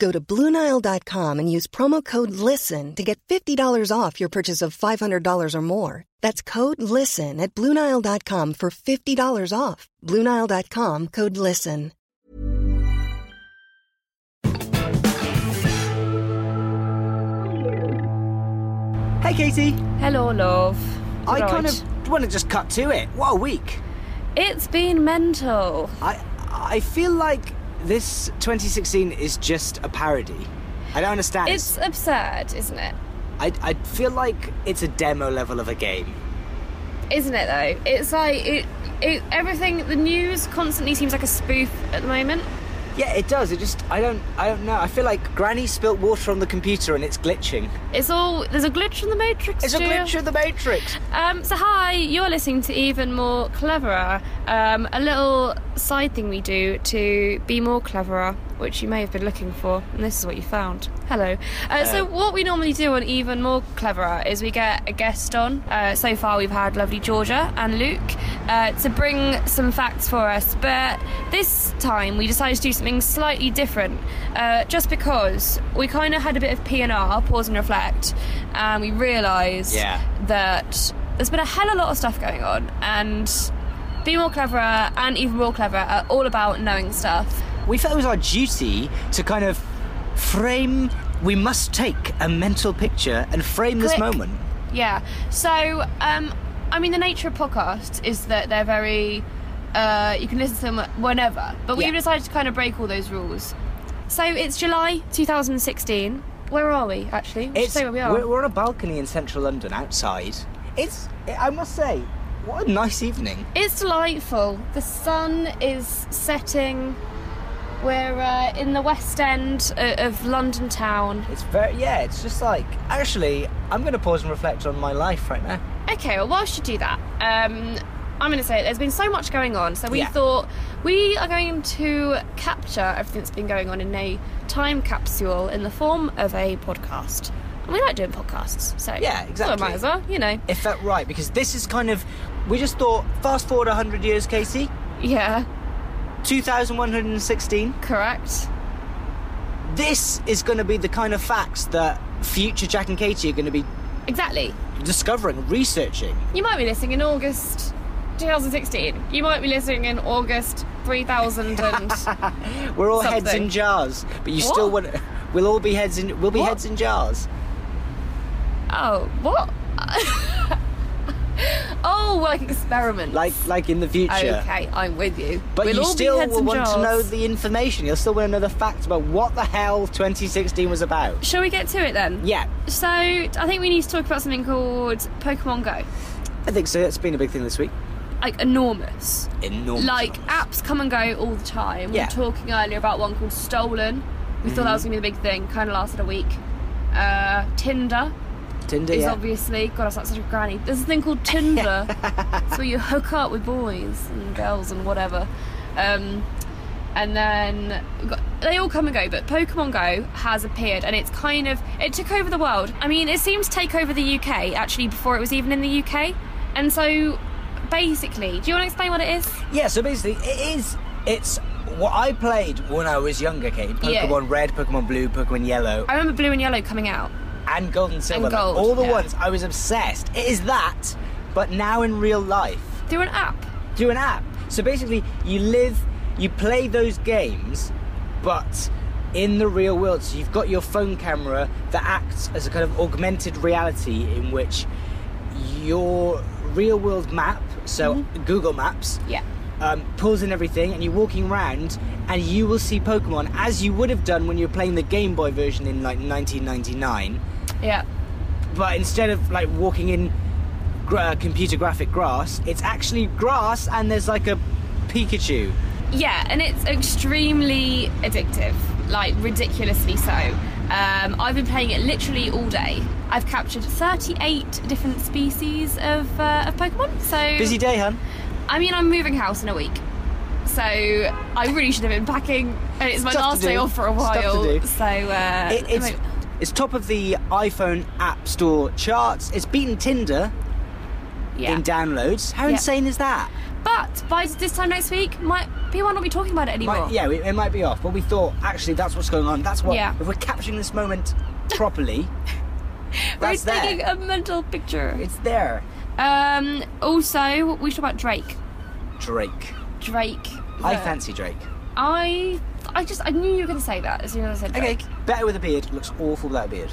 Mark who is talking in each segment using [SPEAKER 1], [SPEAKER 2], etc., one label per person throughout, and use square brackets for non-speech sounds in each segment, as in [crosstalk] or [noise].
[SPEAKER 1] Go to BlueNile.com and use promo code LISTEN to get $50 off your purchase of $500 or more. That's code LISTEN at BlueNile.com for $50 off. BlueNile.com code LISTEN.
[SPEAKER 2] Hey, Katie.
[SPEAKER 3] Hello, love.
[SPEAKER 2] I
[SPEAKER 3] Right.
[SPEAKER 2] kind of want to just cut to it. What a week.
[SPEAKER 3] It's been mental.
[SPEAKER 2] I I feel like this 2016 is just a parody. I don't understand.
[SPEAKER 3] It's absurd, isn't it?
[SPEAKER 2] I, I feel like it's a demo level of a game.
[SPEAKER 3] Isn't it though? It's like it, it. Everything. The news constantly seems like a spoof at the moment.
[SPEAKER 2] Yeah, it does. It just I don't I don't know. I feel like Granny spilt water on the computer and it's glitching.
[SPEAKER 3] It's all. There's a glitch in the matrix.
[SPEAKER 2] It's a
[SPEAKER 3] Stu.
[SPEAKER 2] glitch of the Matrix.
[SPEAKER 3] Um, so hi, you're listening to even more cleverer. Um, a little side thing we do to be more cleverer, which you may have been looking for, and this is what you found. Hello. Uh, so what we normally do on even more cleverer is we get a guest on. Uh, so far we've had lovely Georgia and Luke uh, to bring some facts for us, but this time we decided to do something slightly different, uh, just because we kind of had a bit of P and R, pause and reflect, and we realised
[SPEAKER 2] Yeah.
[SPEAKER 3] that there's been a hell of a lot of stuff going on, and Be More Cleverer and Even More Cleverer are all about knowing stuff.
[SPEAKER 2] We felt it was our duty to kind of frame we must take a mental picture and frame this
[SPEAKER 3] Click.
[SPEAKER 2] moment.
[SPEAKER 3] Yeah. So, um, I mean, the nature of podcasts is that they're very. Uh, you can listen to them whenever, but we've
[SPEAKER 2] Yeah.
[SPEAKER 3] decided to kind of break all those rules. So it's July 2016. Where are we actually? We should say where we are.
[SPEAKER 2] We're, we're on a balcony in central London outside. It's, I must say, what a nice evening.
[SPEAKER 3] It's delightful. The sun is setting. We're uh, in the West End o- of London town.
[SPEAKER 2] It's very, yeah, it's just like, actually, I'm going to pause and reflect on my life right now.
[SPEAKER 3] Okay, well, whilst you do that, um, I'm going to say there's been so much going on, so we
[SPEAKER 2] Yeah.
[SPEAKER 3] thought we are going to capture everything that's been going on in a time capsule in the form of a podcast. And we like doing podcasts, so
[SPEAKER 2] Yeah,
[SPEAKER 3] So might
[SPEAKER 2] exactly.
[SPEAKER 3] as well, you know.
[SPEAKER 2] It felt right because this is kind of, we just thought, fast forward 100 years, Casey,
[SPEAKER 3] Yeah,
[SPEAKER 2] 2116.
[SPEAKER 3] correct.
[SPEAKER 2] This is going to be the kind of facts that future Jack and Katie are going to be
[SPEAKER 3] Exactly.
[SPEAKER 2] discovering, researching.
[SPEAKER 3] You might be listening in August 2016. You might be listening in August 3000
[SPEAKER 2] [laughs]
[SPEAKER 3] and
[SPEAKER 2] We're all heads
[SPEAKER 3] Something.
[SPEAKER 2] in jars, but you still
[SPEAKER 3] What?
[SPEAKER 2] want. We'll all be heads in. We'll be
[SPEAKER 3] What?
[SPEAKER 2] heads in jars.
[SPEAKER 3] oh, what? [laughs] oh, like experiments.
[SPEAKER 2] like like in the future.
[SPEAKER 3] Okay, I'm with you.
[SPEAKER 2] But
[SPEAKER 3] we'll
[SPEAKER 2] you
[SPEAKER 3] all
[SPEAKER 2] still
[SPEAKER 3] be heads
[SPEAKER 2] will
[SPEAKER 3] and
[SPEAKER 2] want
[SPEAKER 3] jars.
[SPEAKER 2] to know the information. You'll still want to know the facts about what the hell 2016 was about.
[SPEAKER 3] Shall we get to it then?
[SPEAKER 2] Yeah,
[SPEAKER 3] So I think we need to talk about something called Pokemon Go.
[SPEAKER 2] I think so. That's been a big thing this week.
[SPEAKER 3] Like enormous.
[SPEAKER 2] Enormous.
[SPEAKER 3] Like
[SPEAKER 2] amounts.
[SPEAKER 3] apps come and go all the time.
[SPEAKER 2] Yeah. Mm-hmm.
[SPEAKER 3] We were talking earlier about one called Stolen. We thought that was gonna be the big thing. Kind of lasted a week. Uh, Tinder
[SPEAKER 2] Tinder.
[SPEAKER 3] is
[SPEAKER 2] Yeah.
[SPEAKER 3] obviously God, I sound such a granny. There's a thing called Tinder, so you hook up with boys and girls and whatever. Um, and then we've got- they all come and go, but Pokemon Go has appeared, and it's kind of it took over the world. I mean, it seemed to take over the UK actually before it was even in the UK. And so, basically, do you want to explain what it is?
[SPEAKER 2] Yeah. So basically, it is. It's what I played when I was younger, Kate.
[SPEAKER 3] Yeah.
[SPEAKER 2] Pokemon Red, Pokemon Blue, Pokemon Yellow,
[SPEAKER 3] I remember Blue and Yellow coming out.
[SPEAKER 2] and Gold and Silver. like,
[SPEAKER 3] Gold,
[SPEAKER 2] all the
[SPEAKER 3] yeah.
[SPEAKER 2] ones I was obsessed. It is that, but now in real life.
[SPEAKER 3] through an app.
[SPEAKER 2] through an app. So basically, you live, you play those games, but in the real world. So you've got your phone camera that acts as a kind of augmented reality in which your real world map, so Google Maps,
[SPEAKER 3] Yeah.
[SPEAKER 2] um, pulls in everything, and you're walking around, and you will see Pokemon as you would have done when you were playing the Game Boy version in like 1999.
[SPEAKER 3] Yeah.
[SPEAKER 2] But instead of like walking in gra- uh, computer graphic grass, it's actually grass, and there's like a Pikachu.
[SPEAKER 3] Yeah, and it's extremely addictive, like ridiculously so. Um, I've been playing it literally all day. I've captured 38 different species of, uh, of Pokemon. So
[SPEAKER 2] Busy day, hun.
[SPEAKER 3] I mean, I'm moving house in a week, so I really should have been packing, and it's my
[SPEAKER 2] Stuff to
[SPEAKER 3] last day
[SPEAKER 2] do.
[SPEAKER 3] off for a
[SPEAKER 2] Stuff to
[SPEAKER 3] while.
[SPEAKER 2] do.
[SPEAKER 3] So uh,
[SPEAKER 2] It, it's
[SPEAKER 3] I'm-
[SPEAKER 2] it's top of the iPhone App Store charts. It's beaten Tinder
[SPEAKER 3] yeah.
[SPEAKER 2] in downloads. How
[SPEAKER 3] Yeah.
[SPEAKER 2] insane is that?
[SPEAKER 3] but by this time next week, might people might not be talking about it anymore.
[SPEAKER 2] Might, yeah, it, it might be off, but we thought actually that's what's going on. That's what
[SPEAKER 3] Yeah.
[SPEAKER 2] if we're capturing this moment properly.
[SPEAKER 3] We're
[SPEAKER 2] that's
[SPEAKER 3] taking
[SPEAKER 2] there.
[SPEAKER 3] a mental picture.
[SPEAKER 2] It's there.
[SPEAKER 3] Um, also, we should talk about Drake.
[SPEAKER 2] Drake.
[SPEAKER 3] Drake.
[SPEAKER 2] I
[SPEAKER 3] the-
[SPEAKER 2] fancy Drake.
[SPEAKER 3] I. I just. I knew you were going to say that as soon as I said Drake.
[SPEAKER 2] Better with a beard. Looks awful without a beard.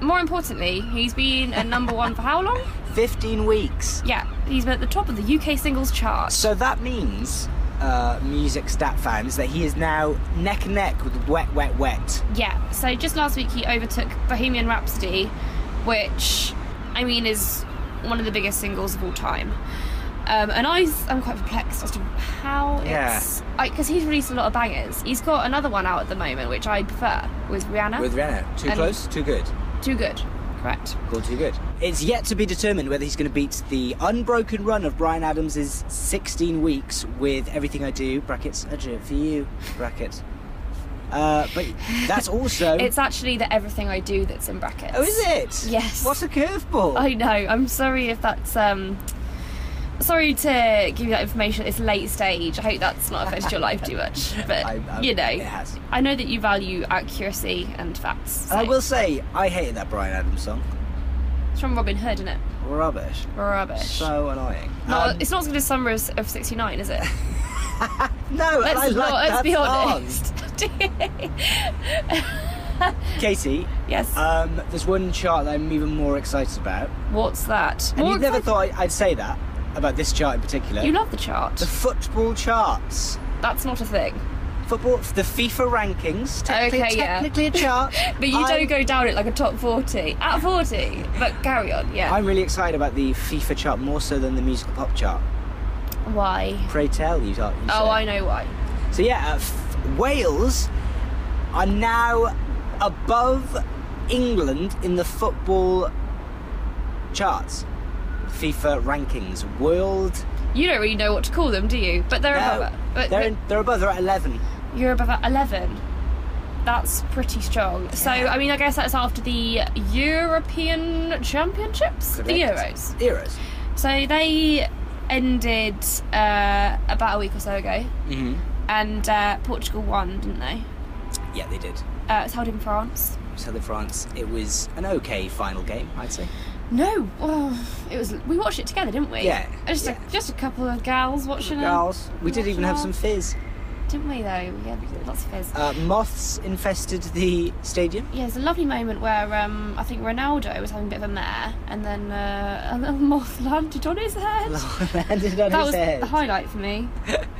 [SPEAKER 3] More importantly, he's been at number one for how long?
[SPEAKER 2] Fifteen weeks.
[SPEAKER 3] Yeah, he's been at the top of the UK singles chart.
[SPEAKER 2] So that means, uh, music stat fans, that he is now neck and neck with Wet, Wet, Wet.
[SPEAKER 3] Yeah, so just last week he overtook Bohemian Rhapsody, which, I mean, is one of the biggest singles of all time. Um, and I, am quite perplexed as to how
[SPEAKER 2] Yeah.
[SPEAKER 3] it's. Because he's released a lot of bangers. He's got another one out at the moment, which I prefer, with Rihanna.
[SPEAKER 2] With Rihanna. Too
[SPEAKER 3] Ah. And-
[SPEAKER 2] close. Too good.
[SPEAKER 3] Too good. Correct.
[SPEAKER 2] All too good. It's yet to be determined whether he's going to beat the unbroken run of Brian Adams' 16 weeks with Everything I Do, brackets, I do it for you, brackets. Uh, but
[SPEAKER 3] [laughs]
[SPEAKER 2] that's also.
[SPEAKER 3] It's actually the Everything I Do that's in brackets.
[SPEAKER 2] oh, is it?
[SPEAKER 3] Yes. Oh,
[SPEAKER 2] What a curveball.
[SPEAKER 3] I know. I'm sorry if that's. um Sorry to give you that information at this late stage. I hope that's not affected your life
[SPEAKER 2] [laughs]
[SPEAKER 3] too much. But,
[SPEAKER 2] I- I-
[SPEAKER 3] you know.
[SPEAKER 2] it has.
[SPEAKER 3] I know that you value accuracy and facts.
[SPEAKER 2] And I
[SPEAKER 3] so-
[SPEAKER 2] will say, I hated that Brian Adams song.
[SPEAKER 3] It's from Robin Hood, isn't it?
[SPEAKER 2] Rubbish.
[SPEAKER 3] Rubbish.
[SPEAKER 2] So annoying.
[SPEAKER 3] no,
[SPEAKER 2] Um,
[SPEAKER 3] it's not as good as Summer of, of 69,
[SPEAKER 2] [laughs]
[SPEAKER 3] is it?
[SPEAKER 2] no, and
[SPEAKER 3] Let's,
[SPEAKER 2] I like
[SPEAKER 3] not, let's
[SPEAKER 2] that
[SPEAKER 3] be
[SPEAKER 2] song.
[SPEAKER 3] honest. [laughs]
[SPEAKER 2] Katie,
[SPEAKER 3] yes.
[SPEAKER 2] um, there's one chart that I'm even more excited about.
[SPEAKER 3] What's that?
[SPEAKER 2] And
[SPEAKER 3] More
[SPEAKER 2] you'd never
[SPEAKER 3] excited-
[SPEAKER 2] thought I- I'd say that about this chart in particular.
[SPEAKER 3] You love the chart.
[SPEAKER 2] the football charts.
[SPEAKER 3] That's not a thing.
[SPEAKER 2] football, the FIFA rankings. Technically,
[SPEAKER 3] Okay, yeah.
[SPEAKER 2] technically a chart.
[SPEAKER 3] [laughs] But you
[SPEAKER 2] I'm-
[SPEAKER 3] don't go down it like a top 40. At 40. But carry on, yeah.
[SPEAKER 2] I'm really excited about the FIFA chart more so than the musical pop chart. [laughs]
[SPEAKER 3] Why?
[SPEAKER 2] Pray tell, you, are- you
[SPEAKER 3] Oh,
[SPEAKER 2] say.
[SPEAKER 3] I know why.
[SPEAKER 2] So yeah, uh, f- Wales are now above England in the football charts, FIFA rankings, world.
[SPEAKER 3] You don't really know what to call them, do you? But they're above. it. But
[SPEAKER 2] they're in, they're above. They're at eleven.
[SPEAKER 3] you're above at 11. That's pretty strong. So, I mean, I guess that's after the European Championships? The
[SPEAKER 2] Correct.
[SPEAKER 3] Euros.
[SPEAKER 2] Euros.
[SPEAKER 3] So they ended uh, about a week or so ago,
[SPEAKER 2] Mm-hmm.
[SPEAKER 3] and uh, Portugal won, didn't they?
[SPEAKER 2] Yeah, they did.
[SPEAKER 3] Uh, it's held in France.
[SPEAKER 2] So the France, it was an okay final game, I'd say.
[SPEAKER 3] No, well, it was. We watched it together, didn't we?
[SPEAKER 2] Oh. Yeah,
[SPEAKER 3] Just
[SPEAKER 2] yeah.
[SPEAKER 3] a, just a couple of gals watching
[SPEAKER 2] Girls, we did even have some fizz.
[SPEAKER 3] it, didn't we? Though we had lots of fizz.
[SPEAKER 2] Uh, moths infested the stadium. [laughs]
[SPEAKER 3] Yeah, it's a lovely moment where um, I think Ronaldo was having a bit of a mare, and then uh, a little [laughs] moth landed on his head.
[SPEAKER 2] landed on
[SPEAKER 3] that
[SPEAKER 2] his
[SPEAKER 3] was
[SPEAKER 2] head.
[SPEAKER 3] the highlight for me.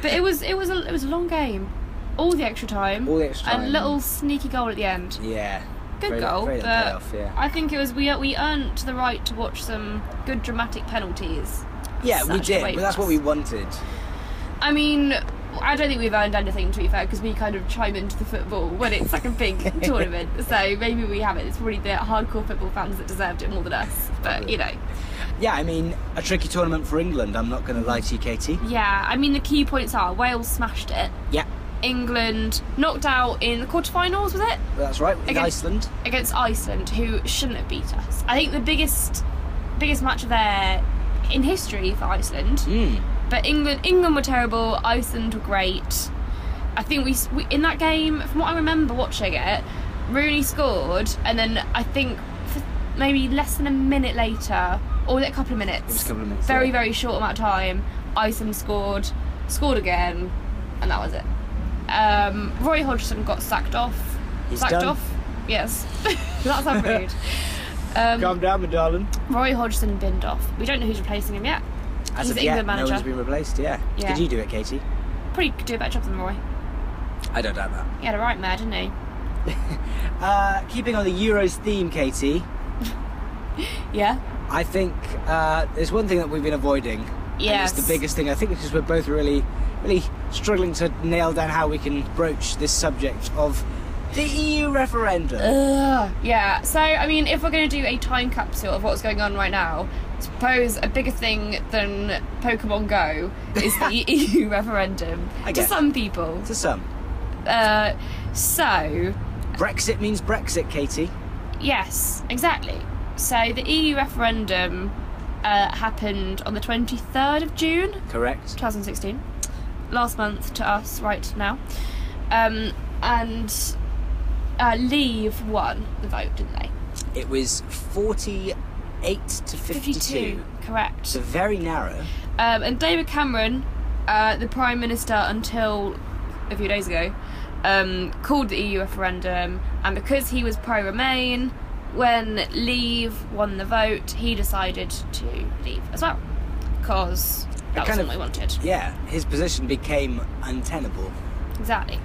[SPEAKER 3] But it was it was a, it was a long game, all the extra time,
[SPEAKER 2] All the extra
[SPEAKER 3] a
[SPEAKER 2] time.
[SPEAKER 3] little sneaky goal at the end.
[SPEAKER 2] Yeah.
[SPEAKER 3] Good
[SPEAKER 2] Very-
[SPEAKER 3] goal,
[SPEAKER 2] very
[SPEAKER 3] but
[SPEAKER 2] little payoff, yeah.
[SPEAKER 3] I think it was we we earned the right to watch some good dramatic penalties.
[SPEAKER 2] Yeah, we
[SPEAKER 3] Such a
[SPEAKER 2] did.
[SPEAKER 3] weight
[SPEAKER 2] But that's what
[SPEAKER 3] loss.
[SPEAKER 2] we wanted.
[SPEAKER 3] I mean. I don't think we've earned anything to be fair because we kind of chime into the football when it's like a big tournament. So maybe we haven't. It's probably the hardcore football fans that deserved it more than us. But you know,
[SPEAKER 2] Yeah, I mean, a tricky tournament for England. I'm not going to lie to you, Katie.
[SPEAKER 3] yeah. I mean, the key points are Wales smashed it.
[SPEAKER 2] Yeah,
[SPEAKER 3] England knocked out in the quarterfinals, was it?
[SPEAKER 2] that's right. In
[SPEAKER 3] Against-
[SPEAKER 2] Iceland.
[SPEAKER 3] Against Iceland, who shouldn't have beat us. I think the biggest biggest match of their in history for Iceland.
[SPEAKER 2] Mm.
[SPEAKER 3] But England England were terrible, Iceland were great. I think we, s- we in that game, from what I remember watching it, Rooney scored, and then I think for maybe less than a minute later, or a couple of minutes,
[SPEAKER 2] was a couple of minutes,
[SPEAKER 3] very
[SPEAKER 2] yeah.
[SPEAKER 3] very short amount of time, Iceland scored, scored again, and that was it. Um, Roy Hodgson got sacked off.
[SPEAKER 2] He's
[SPEAKER 3] sacked
[SPEAKER 2] done.
[SPEAKER 3] off. Yes, [laughs] that's
[SPEAKER 2] [laughs]
[SPEAKER 3] how rude. Um,
[SPEAKER 2] down, my darling.
[SPEAKER 3] Roy Hodgson binned off. We don't know who's replacing him yet.
[SPEAKER 2] As
[SPEAKER 3] He's
[SPEAKER 2] of
[SPEAKER 3] the
[SPEAKER 2] yet,
[SPEAKER 3] England
[SPEAKER 2] no one's
[SPEAKER 3] manager.
[SPEAKER 2] been replaced. Yeah.
[SPEAKER 3] Yeah.
[SPEAKER 2] Could you do it, Katie?
[SPEAKER 3] Probably could do a better job than Roy.
[SPEAKER 2] I don't doubt that.
[SPEAKER 3] He had a right mad, didn't he?
[SPEAKER 2] Uh, keeping on the Euros theme, Katie,
[SPEAKER 3] Yeah.
[SPEAKER 2] I think uh, there's one thing that we've been avoiding. and
[SPEAKER 3] Yes.
[SPEAKER 2] it's the biggest thing I think because we're both really, really struggling to nail down how we can broach this subject of the EU referendum.
[SPEAKER 3] Uh. Ugh. Yeah. So I mean, if we're going to do a time capsule of what's going on right now, suppose a bigger thing than Pokemon Go is
[SPEAKER 2] [laughs]
[SPEAKER 3] the EU referendum
[SPEAKER 2] I
[SPEAKER 3] to
[SPEAKER 2] guess.
[SPEAKER 3] some people.
[SPEAKER 2] To some,
[SPEAKER 3] Uh, so
[SPEAKER 2] Brexit means Brexit, Katie.
[SPEAKER 3] yes, exactly. So the EU referendum uh, happened on the twenty third of June.
[SPEAKER 2] Correct.
[SPEAKER 3] 2016, last month to us right now. Um, and uh, Leave won the vote, didn't they?
[SPEAKER 2] It was 48 to 52.
[SPEAKER 3] Correct.
[SPEAKER 2] So very narrow.
[SPEAKER 3] Um, and David Cameron, uh, the Prime Minister until a few days ago, um, called the EU referendum, and because he was pro Remain, when Leave won the vote, he decided to leave as well. Because that was
[SPEAKER 2] kind
[SPEAKER 3] what
[SPEAKER 2] of-
[SPEAKER 3] we wanted.
[SPEAKER 2] Yeah, his position became untenable.
[SPEAKER 3] Exactly.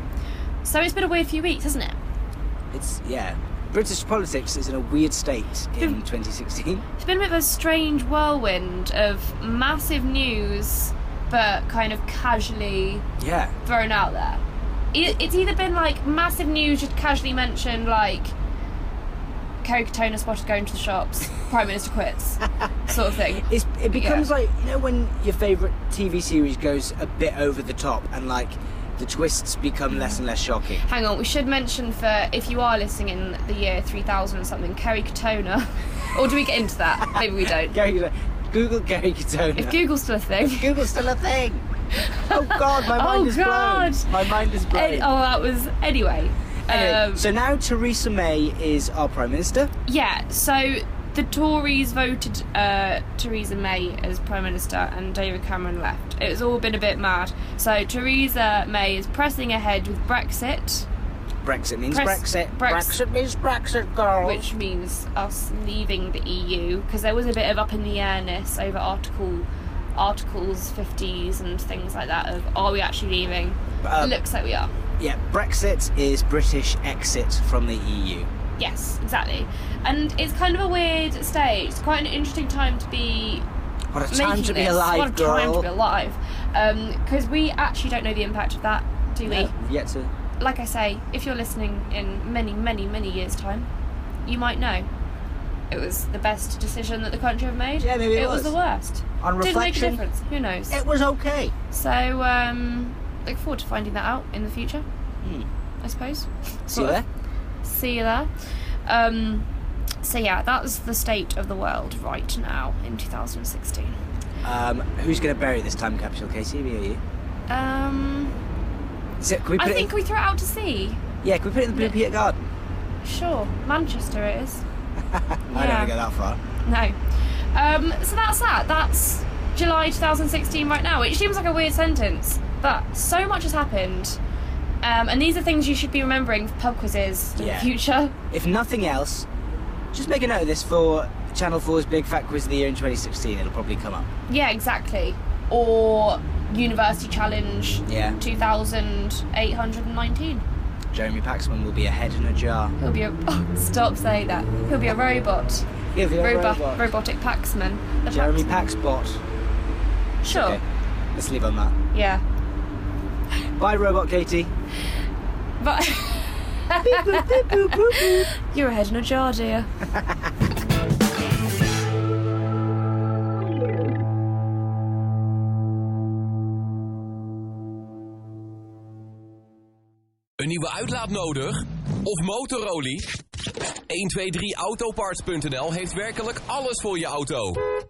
[SPEAKER 3] So it's been a weird few weeks, hasn't it?
[SPEAKER 2] It's, yeah. British politics is in a weird state in 2016.
[SPEAKER 3] It's been a bit of a strange whirlwind of massive news, but kind of casually
[SPEAKER 2] Yeah.
[SPEAKER 3] thrown out there. I- It's either been like massive news just casually mentioned, like Coca Cola spotted going to
[SPEAKER 2] [laughs]
[SPEAKER 3] the shops, Prime Minister quits, sort of thing.
[SPEAKER 2] It's, it becomes
[SPEAKER 3] Yeah.
[SPEAKER 2] like, you know, when your favourite TV series goes a bit over the top and, like, the twists become less and less shocking. [laughs]
[SPEAKER 3] Hang on, we should mention for if you are listening in the year 3000 or something, Kerry
[SPEAKER 2] [laughs]
[SPEAKER 3] Katona. or do we get into that? Maybe we don't.
[SPEAKER 2] Gary, Cato- Google Gary Katona.
[SPEAKER 3] If Google's still a thing.
[SPEAKER 2] Google's still a thing. Oh, God, my mind
[SPEAKER 3] [laughs] Oh,
[SPEAKER 2] is
[SPEAKER 3] God.
[SPEAKER 2] blown. My mind is blown.
[SPEAKER 3] Ed- oh, that was. Anyway.
[SPEAKER 2] Anyway,
[SPEAKER 3] um,
[SPEAKER 2] so now Theresa May is our Prime Minister.
[SPEAKER 3] Yeah, so the Tories voted uh, Theresa May as Prime Minister and David Cameron left. It's all been a bit mad. So Theresa May is pressing ahead with Brexit,
[SPEAKER 2] Brexit means
[SPEAKER 3] Press-
[SPEAKER 2] Brexit.
[SPEAKER 3] Brex-
[SPEAKER 2] Brexit means Brexit, girl.
[SPEAKER 3] which means us leaving the EU because there was a bit of up in the airness over article articles 50s and things like that of are we actually leaving?
[SPEAKER 2] Uh,
[SPEAKER 3] Looks like we are.
[SPEAKER 2] Yeah, Brexit is British exit from the E EU.
[SPEAKER 3] Yes, exactly. And it's kind of a weird stage. It's quite an interesting time to be
[SPEAKER 2] What a time
[SPEAKER 3] making
[SPEAKER 2] to be
[SPEAKER 3] this.
[SPEAKER 2] alive,
[SPEAKER 3] what a
[SPEAKER 2] girl.
[SPEAKER 3] time to be alive. Because we actually don't know the impact of that, do we?
[SPEAKER 2] Yeah, Yet to.
[SPEAKER 3] Like I say, if you're listening in many, many, many years' time, you might know. It was the best decision that the country ever made.
[SPEAKER 2] Yeah, maybe it
[SPEAKER 3] was.
[SPEAKER 2] was.
[SPEAKER 3] the worst.
[SPEAKER 2] On
[SPEAKER 3] Didn't make a
[SPEAKER 2] reflection,
[SPEAKER 3] difference. Who knows?
[SPEAKER 2] it was okay.
[SPEAKER 3] So, um, look forward to finding that out in the future.
[SPEAKER 2] Hmm.
[SPEAKER 3] I suppose.
[SPEAKER 2] See you
[SPEAKER 3] Sort of
[SPEAKER 2] there.
[SPEAKER 3] see you there. Um, so yeah, that's the state of the world right now in 2016.
[SPEAKER 2] Um, who's going to bury this time capsule, Casey? Me or you?
[SPEAKER 3] Um,
[SPEAKER 2] Is it, can we put
[SPEAKER 3] I
[SPEAKER 2] it
[SPEAKER 3] think
[SPEAKER 2] in,
[SPEAKER 3] we throw it out to sea.
[SPEAKER 2] Yeah, can we put it in the Blue Peter Garden?
[SPEAKER 3] Sure, Manchester it is.
[SPEAKER 2] I
[SPEAKER 3] Yeah.
[SPEAKER 2] never go that far.
[SPEAKER 3] No. Um, so that's that. That's July 2016 right now, which seems like a weird sentence, but so much has happened. Um, and these are things you should be remembering for pub quizzes in
[SPEAKER 2] Yeah.
[SPEAKER 3] the future.
[SPEAKER 2] If nothing else, just make a note of this for Channel 4's Big Fat Quiz of the Year in 2016. It'll probably come up.
[SPEAKER 3] Yeah, exactly. Or University Challenge
[SPEAKER 2] Yeah.
[SPEAKER 3] 2819.
[SPEAKER 2] Jeremy Paxman will be a head in a jar.
[SPEAKER 3] He'll be a. [laughs] Oh, stop saying that. He'll be a robot.
[SPEAKER 2] He'll be a
[SPEAKER 3] Robo-
[SPEAKER 2] robot.
[SPEAKER 3] Robotic Paxman. The
[SPEAKER 2] Jeremy
[SPEAKER 3] Paxman. Oh.
[SPEAKER 2] Paxbot.
[SPEAKER 3] Sure.
[SPEAKER 2] Okay, let's leave on that.
[SPEAKER 3] Yeah.
[SPEAKER 2] Bye, Robot Katie.
[SPEAKER 3] [laughs] But. You're a head in a jar, dear.
[SPEAKER 4] Een nieuwe uitlaat nodig? Of motorolie? 123autoparts.nl heeft werkelijk alles voor je auto. 123autoparts.nl